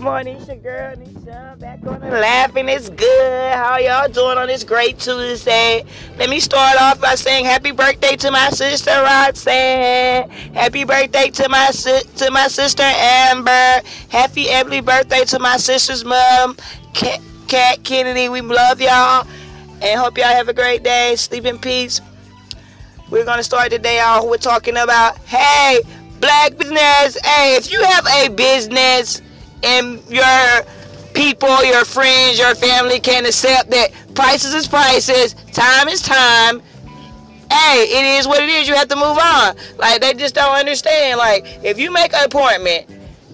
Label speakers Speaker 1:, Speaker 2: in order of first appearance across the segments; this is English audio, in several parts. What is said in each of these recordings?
Speaker 1: morning, it's your girl Nisha back on the laughing. It's good. How y'all doing on this great Tuesday? Let me start off by saying happy birthday to my sister Roxanne. Happy birthday to my si- to my sister Amber. Happy early birthday to my sister's mom, Cat, Cat Kennedy. We love y'all and hope y'all have a great day. Sleep in peace. We're gonna start today off. We're talking about hey, black business. Hey, if you have a business and your people, your friends, your family can accept that prices is prices, time is time. Hey, it is what it is. You have to move on. Like they just don't understand. Like if you make an appointment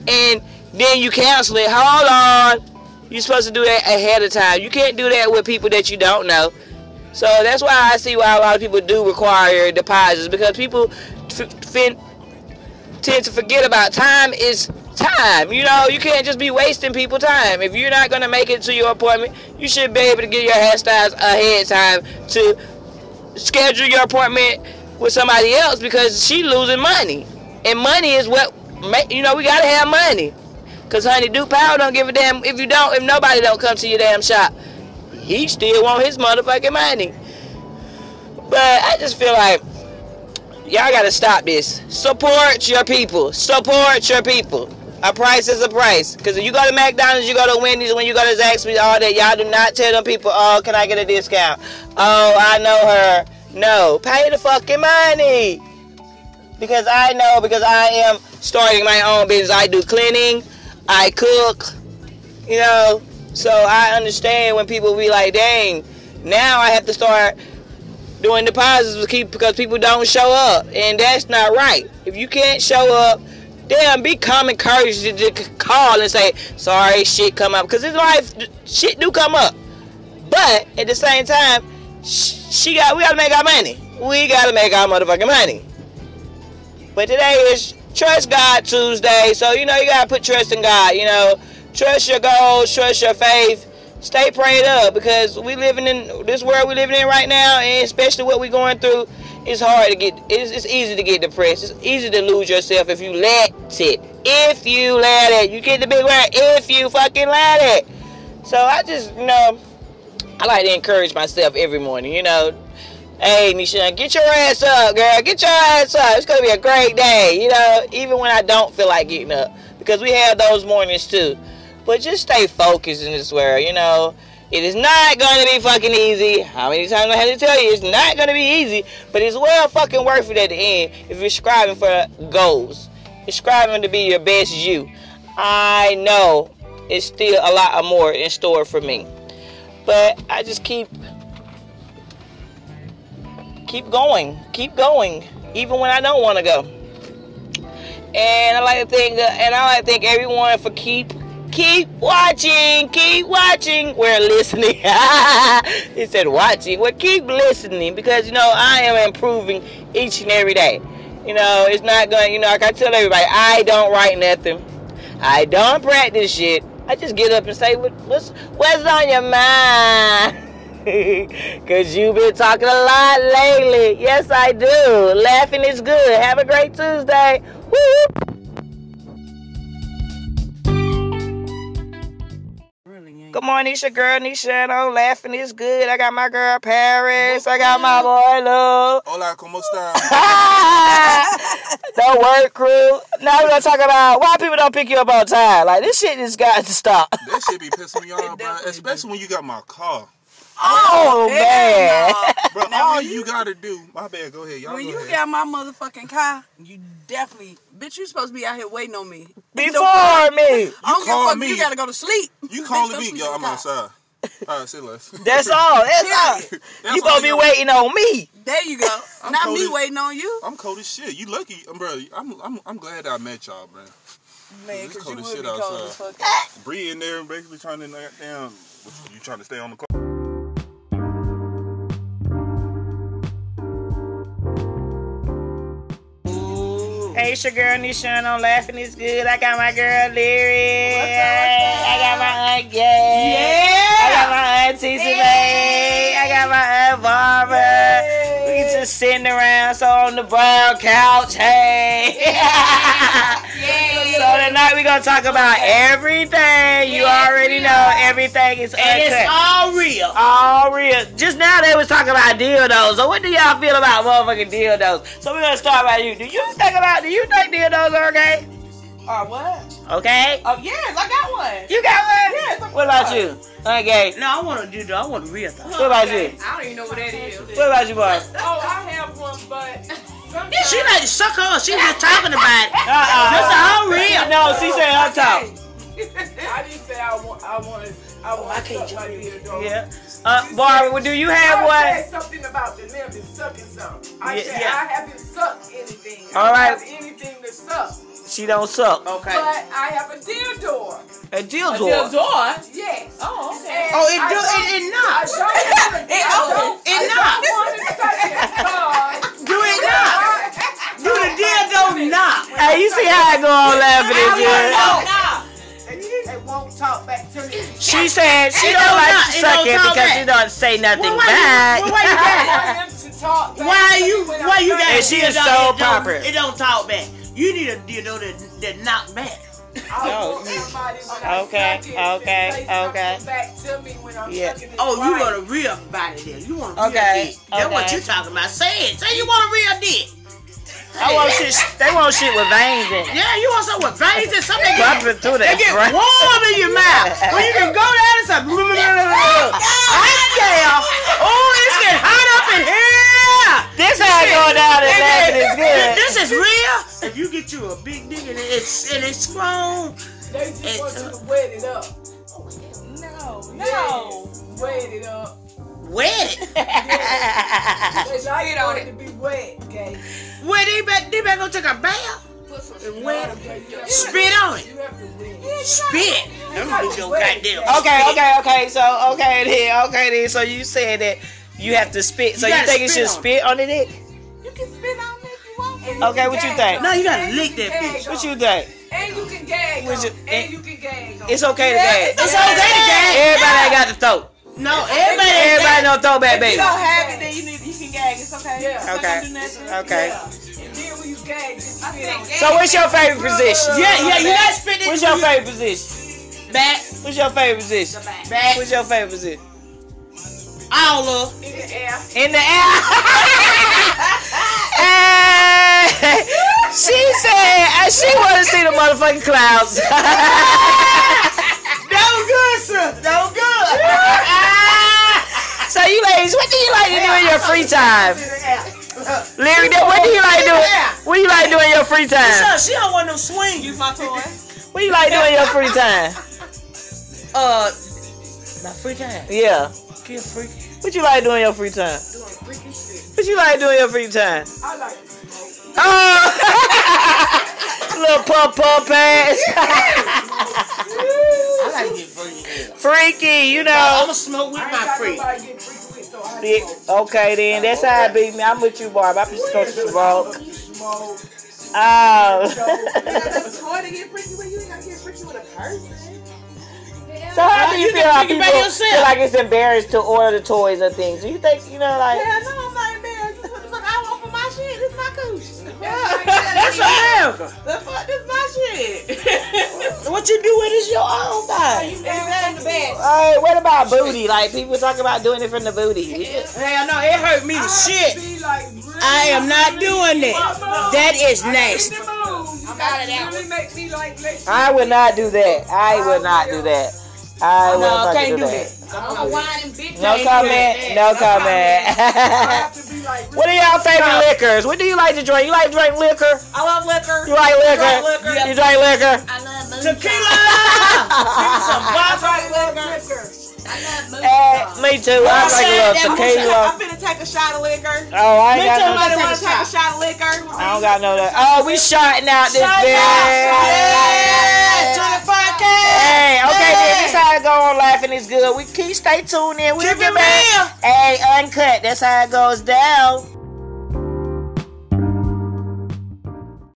Speaker 1: and then you cancel it, hold on. You're supposed to do that ahead of time. You can't do that with people that you don't know. So that's why I see why a lot of people do require deposits because people f- fin- tend to forget about time is time. You know, you can't just be wasting people time. If you're not going to make it to your appointment, you should be able to get your hairstyles ahead of time to schedule your appointment with somebody else because she losing money. And money is what, ma- you know, we got to have money. Because, honey, Duke Powell don't give a damn if you don't, if nobody don't come to your damn shop he still want his motherfucking money. But I just feel like y'all gotta stop this. Support your people. Support your people. A price is a price. Cause if you go to McDonald's, you go to Wendy's, when you go to Zaxby's, all that, y'all do not tell them people, oh, can I get a discount? Oh, I know her. No, pay the fucking money. Because I know, because I am starting my own business. I do cleaning, I cook, you know. So I understand when people be like, dang, now I have to start doing deposits with keep because people don't show up. And that's not right. If you can't show up, damn, be common courage to just call and say, sorry, shit come up. Because in life, shit do come up. But at the same time, sh- she got we gotta make our money. We gotta make our motherfucking money. But today is Trust God Tuesday, so you know you gotta put trust in God. You know, trust your goals, trust your faith. Stay prayed up because we living in this world we living in right now, and especially what we going through. It's hard to get. It's, it's easy to get depressed. It's easy to lose yourself if you let it. If you let it, you get the big word. If you fucking let it. So I just you know, I like to encourage myself every morning. You know, Hey, Nishan, get your ass up, girl. Get your ass up. It's gonna be a great day, you know. Even when I don't feel like getting up, because we have those mornings too. But just stay focused in this world, you know. It is not gonna be fucking easy. How many times I had to tell you, it's not gonna be easy, but it's well fucking worth it at the end if you're striving for goals. You're striving to be your best you. I know it's still a lot more in store for me, but I just keep keep going, keep going, even when I don't want to go. And I like to thank, and I like to thank everyone for keep, keep watching, keep watching. We're listening. it said watching. Well, keep listening because you know I am improving each and every day. You know it's not going. You know like I tell everybody, I don't write nothing. I don't practice shit. I just get up and say what, what's what's on your mind. Cause you've been talking a lot lately. Yes, I do. Laughing is good. Have a great Tuesday. Woo! Good morning, it's your girl Nisha. and I'm laughing is good. I got my girl Paris. I got my boy Lou.
Speaker 2: Hola, ¿cómo está?
Speaker 1: the work crew. Now we're gonna talk about why people don't pick you up on time. Like this shit has got to stop.
Speaker 2: that shit be pissing me off, bro. Especially when you got my car.
Speaker 1: Oh man.
Speaker 2: Bro,
Speaker 3: Now,
Speaker 2: all
Speaker 3: when
Speaker 2: you,
Speaker 3: you-
Speaker 2: gotta do, my bad, go ahead. Y'all
Speaker 3: When
Speaker 2: go
Speaker 3: you
Speaker 2: ahead.
Speaker 3: got my motherfucking car, you definitely, bitch, you supposed to be out here waiting on me.
Speaker 1: Before me.
Speaker 3: I don't give a
Speaker 2: called
Speaker 3: fuck.
Speaker 2: me.
Speaker 3: You gotta go to sleep.
Speaker 2: you
Speaker 3: Bitch,
Speaker 2: calling
Speaker 3: go
Speaker 2: me,
Speaker 3: sleep
Speaker 2: yo,
Speaker 3: in
Speaker 2: I'm
Speaker 3: the car.
Speaker 2: outside. All right, say less.
Speaker 1: That's all. That's all.
Speaker 3: Period.
Speaker 2: That's
Speaker 1: You
Speaker 2: all
Speaker 1: gonna be waiting on me.
Speaker 3: There you go.
Speaker 2: I'm
Speaker 3: Not
Speaker 2: totally-
Speaker 3: me waiting on you.
Speaker 2: I'm cold as shit. You lucky, um, bro. I'm, I'm, I'm glad I met y'all, bro.
Speaker 3: Man,
Speaker 2: It's
Speaker 3: cause
Speaker 2: cold
Speaker 3: you
Speaker 2: as
Speaker 3: would
Speaker 2: shit
Speaker 3: be cold
Speaker 2: outside.
Speaker 3: as fuck.
Speaker 2: Bree in there basically trying to knock down. You trying to stay on the car?
Speaker 1: Hey, it's your girl Nishan on Laughing is Good. I got my girl Lyric.
Speaker 3: What's up, what's up?
Speaker 1: I got my Aunt Gay. I got my Aunt Tizzy Mae. I got my Aunt Barbara. We just sitting around, so on the brown couch, hey. so tonight we gonna talk about everything. You
Speaker 4: Yeah,
Speaker 1: already
Speaker 4: real.
Speaker 1: know everything is
Speaker 4: And it's
Speaker 1: uncut.
Speaker 4: all real.
Speaker 1: All real. Just now they was talking about dildos. So what do y'all feel about motherfucking dildos? So we're gonna start by you. Do you think about? Do you think dildos are okay?
Speaker 3: Or what?
Speaker 1: Okay.
Speaker 3: Oh yes, I got one.
Speaker 1: You got one?
Speaker 3: Yeah, it's a-
Speaker 1: What about you? Okay.
Speaker 4: No, I want to do that. I want real thought.
Speaker 1: What about
Speaker 3: Okay.
Speaker 1: you?
Speaker 3: I don't even know what that is.
Speaker 1: What about you, boy?
Speaker 3: Oh, I have one, but sometimes
Speaker 4: She like suck her. She just talking about it.
Speaker 1: Uh-uh.
Speaker 4: That's all real.
Speaker 1: No, she said her top.
Speaker 3: I just said I want. I want. to. Oh, I want. I can't suck my dildo.
Speaker 1: Yeah. Uh, Barbara, do you have
Speaker 5: I
Speaker 1: one?
Speaker 5: said something about the limb is sucking something. I
Speaker 1: Yeah,
Speaker 5: said
Speaker 1: yeah.
Speaker 5: I haven't sucked anything. I
Speaker 1: All
Speaker 5: don't
Speaker 1: right.
Speaker 5: have anything to suck.
Speaker 1: She don't suck.
Speaker 5: But I have a deal door.
Speaker 1: A dildo.
Speaker 4: door.
Speaker 5: Yes.
Speaker 3: Oh, okay.
Speaker 5: And
Speaker 4: Oh, it
Speaker 5: I
Speaker 4: do.
Speaker 5: don't-
Speaker 4: It, it
Speaker 5: I
Speaker 4: not.
Speaker 5: don't have a-
Speaker 4: It
Speaker 5: I don't-
Speaker 4: open. It
Speaker 5: I
Speaker 4: not.
Speaker 5: don't want to suck it because
Speaker 4: Do it not. Do the dildo knock.
Speaker 1: Hey, you see how I go on laughing
Speaker 4: I
Speaker 1: at you?
Speaker 4: want knock.
Speaker 5: it- it won't talk back to me.
Speaker 1: She said she
Speaker 4: It
Speaker 1: don't
Speaker 4: don't
Speaker 1: like
Speaker 4: knock.
Speaker 1: to
Speaker 4: It
Speaker 1: suck
Speaker 4: don't
Speaker 1: it
Speaker 4: come
Speaker 1: because
Speaker 4: back.
Speaker 1: she don't say nothing
Speaker 4: Well, why you-
Speaker 1: back.
Speaker 4: well, why you
Speaker 5: I
Speaker 4: got-
Speaker 5: want him to talk back
Speaker 4: Why
Speaker 5: to me
Speaker 4: you?
Speaker 5: when
Speaker 4: Why
Speaker 5: I'm
Speaker 4: you got?
Speaker 5: done.
Speaker 1: And she
Speaker 4: a
Speaker 1: is
Speaker 4: dildo
Speaker 1: so
Speaker 4: that don't-
Speaker 1: proper.
Speaker 4: It don't talk back. You need a dildo that that knock back.
Speaker 5: I want
Speaker 1: No.
Speaker 5: somebody when I
Speaker 1: Okay,
Speaker 5: suck it to
Speaker 1: okay,
Speaker 5: say something
Speaker 1: okay.
Speaker 5: Back to me when I'm
Speaker 1: Yeah.
Speaker 5: sucking it
Speaker 4: Oh,
Speaker 5: right.
Speaker 4: you want a real body then. You want a real
Speaker 1: Okay,
Speaker 4: dick. That's what
Speaker 1: okay.
Speaker 4: you talking about. Say it. Say you want a real dick.
Speaker 1: I want shit. They want shit with veins in it.
Speaker 4: Yeah, you want something with veins and something that
Speaker 1: Bumping through the
Speaker 4: get, get
Speaker 1: front.
Speaker 4: warm in your mouth. When you can go down and say, hot damn. Oh, it's getting hot up in here.
Speaker 1: This how I go down and laughing is
Speaker 4: If
Speaker 1: good.
Speaker 4: This is real. If you get you a big dick and it's and it's uh, strong,
Speaker 5: They just
Speaker 4: It's
Speaker 5: want you
Speaker 4: a-
Speaker 5: to wet it up.
Speaker 3: No,
Speaker 5: No.
Speaker 3: no.
Speaker 5: Wet it up.
Speaker 4: wet it.
Speaker 5: They like
Speaker 3: Sit on
Speaker 5: it to be wet, okay?
Speaker 4: Where they back they back gonna take a bath and wet it.
Speaker 5: Okay, you have to-
Speaker 4: Spit on it.
Speaker 5: You have to wet.
Speaker 4: Spit. Them bitch gonna goddamn
Speaker 1: Okay,
Speaker 4: spit.
Speaker 1: okay, okay. So okay then, okay then. So you said that you have to spit. So
Speaker 4: You
Speaker 1: you,
Speaker 4: gotta
Speaker 1: think you
Speaker 4: spit
Speaker 1: should
Speaker 4: on it.
Speaker 1: spit on the dick?
Speaker 3: You can spit on me if you want.
Speaker 5: And
Speaker 1: Okay,
Speaker 5: can
Speaker 1: what you
Speaker 5: gag
Speaker 1: think?
Speaker 5: on
Speaker 4: No,
Speaker 5: it.
Speaker 4: you gotta
Speaker 5: And
Speaker 4: lick that
Speaker 5: can
Speaker 4: bitch.
Speaker 5: gag
Speaker 1: What
Speaker 5: on
Speaker 1: you
Speaker 5: it.
Speaker 1: think?
Speaker 5: And you can gag
Speaker 1: What
Speaker 5: on
Speaker 1: you-
Speaker 5: it. And you can gag on
Speaker 1: It's
Speaker 5: it.
Speaker 1: okay to
Speaker 3: Yeah,
Speaker 1: gag.
Speaker 3: it's
Speaker 4: It's okay to gag.
Speaker 1: Everybody ain't got the throat.
Speaker 4: No, everybody
Speaker 1: Everybody know throw back,
Speaker 3: If
Speaker 1: baby.
Speaker 3: you don't have it, then you, need, you can gag. It's okay.
Speaker 5: Yeah.
Speaker 3: It's not
Speaker 1: Okay.
Speaker 3: gonna do nothing.
Speaker 1: Okay.
Speaker 5: Yeah. And then when you gag, just spit on it.
Speaker 1: So what's your favorite position?
Speaker 4: Yeah, yeah, you gotta spit it.
Speaker 1: What's your favorite position?
Speaker 4: Back,
Speaker 1: What's your favorite position?
Speaker 4: back,
Speaker 1: What's your favorite position?
Speaker 4: all of.
Speaker 5: In the air.
Speaker 1: In the air. Hey, Eh, she said uh, she want to see the motherfucking clouds.
Speaker 4: No good, sir. No good.
Speaker 1: so you ladies, what do you like to do in your free time? Larry, what do you like doing? What do you like doing in your free time?
Speaker 4: So she don't want no swing. You
Speaker 3: Use my toy.
Speaker 1: What do you like doing in your free time?
Speaker 4: uh, my free time.
Speaker 1: Yeah.
Speaker 4: Get free.
Speaker 1: What you like doing in your free time?
Speaker 5: Doing freaky shit.
Speaker 1: What you like doing in your free time?
Speaker 5: I like to smoke.
Speaker 1: Oh, little pump pump ass.
Speaker 4: I like to get free.
Speaker 1: Freaky, you know.
Speaker 4: I'ma smoke with
Speaker 5: I ain't
Speaker 4: my
Speaker 5: got
Speaker 4: free.
Speaker 5: nobody to get freaky with, so I
Speaker 1: Yeah,
Speaker 5: smoke.
Speaker 1: Okay then, that's how I beat me. I'm with you, Barb. I'm just gonna smoke.
Speaker 5: You smoke.
Speaker 1: Oh.
Speaker 3: It's hard to get freaky with. You ain't gotta get freaky with a person.
Speaker 1: so how do you
Speaker 4: You
Speaker 1: feel
Speaker 4: can
Speaker 1: how
Speaker 4: pick it
Speaker 1: people
Speaker 4: by yourself.
Speaker 1: feel like it's embarrassed to order the toys or things? Do you think you know like?
Speaker 3: Hell no, I'm not embarrassed. What the fuck I want for my shit? This my coochie.
Speaker 4: That's America.
Speaker 3: The fuck is my shit?
Speaker 1: What you do with is your own body.
Speaker 5: You down from the bed.
Speaker 1: All right, what about booty? Like people talk about doing it from the booty.
Speaker 4: Hell no, it hurt me
Speaker 5: I
Speaker 4: to
Speaker 5: have to
Speaker 4: shit.
Speaker 5: be, like, really-
Speaker 4: I am not doing that. That is nasty.
Speaker 5: I'm
Speaker 3: outta that
Speaker 5: Really make me like let you.
Speaker 1: I would not do that. I would not do that.
Speaker 3: Oh,
Speaker 1: I would
Speaker 4: No,
Speaker 1: not
Speaker 4: can't
Speaker 1: do
Speaker 4: do
Speaker 1: that.
Speaker 3: I'm a whining bitch.
Speaker 1: No
Speaker 4: Can't do
Speaker 1: comment.
Speaker 4: that.
Speaker 1: No
Speaker 4: No
Speaker 5: I
Speaker 1: comment.
Speaker 5: have to be like.
Speaker 1: What are y'all favorite liquors? What do you like to drink? You like to drink liquor?
Speaker 3: I love liquor.
Speaker 1: You like
Speaker 3: Drink
Speaker 1: liquor?
Speaker 3: liquor.
Speaker 1: You drink liquor?
Speaker 4: I love Tequila.
Speaker 5: I love liquor.
Speaker 1: Eh, me too.
Speaker 3: I'm
Speaker 1: I like a little
Speaker 3: saying that we should-
Speaker 1: tequila.
Speaker 3: I'm finna take a shot of liquor.
Speaker 1: Oh, I ain't
Speaker 4: Me
Speaker 1: got
Speaker 4: too,
Speaker 3: Somebody
Speaker 1: no.
Speaker 4: take
Speaker 3: wanna
Speaker 4: a
Speaker 3: take a shot of liquor?
Speaker 1: I don't got no. Oh, we shotting out this
Speaker 4: Shot
Speaker 1: bitch.
Speaker 4: To the podcast.
Speaker 1: Hey, okay, then this how it go on life and it's good. We keep stay tuned in. We'll get
Speaker 4: Keep it
Speaker 1: back.
Speaker 4: real.
Speaker 1: Hey, uncut. That's how it goes down.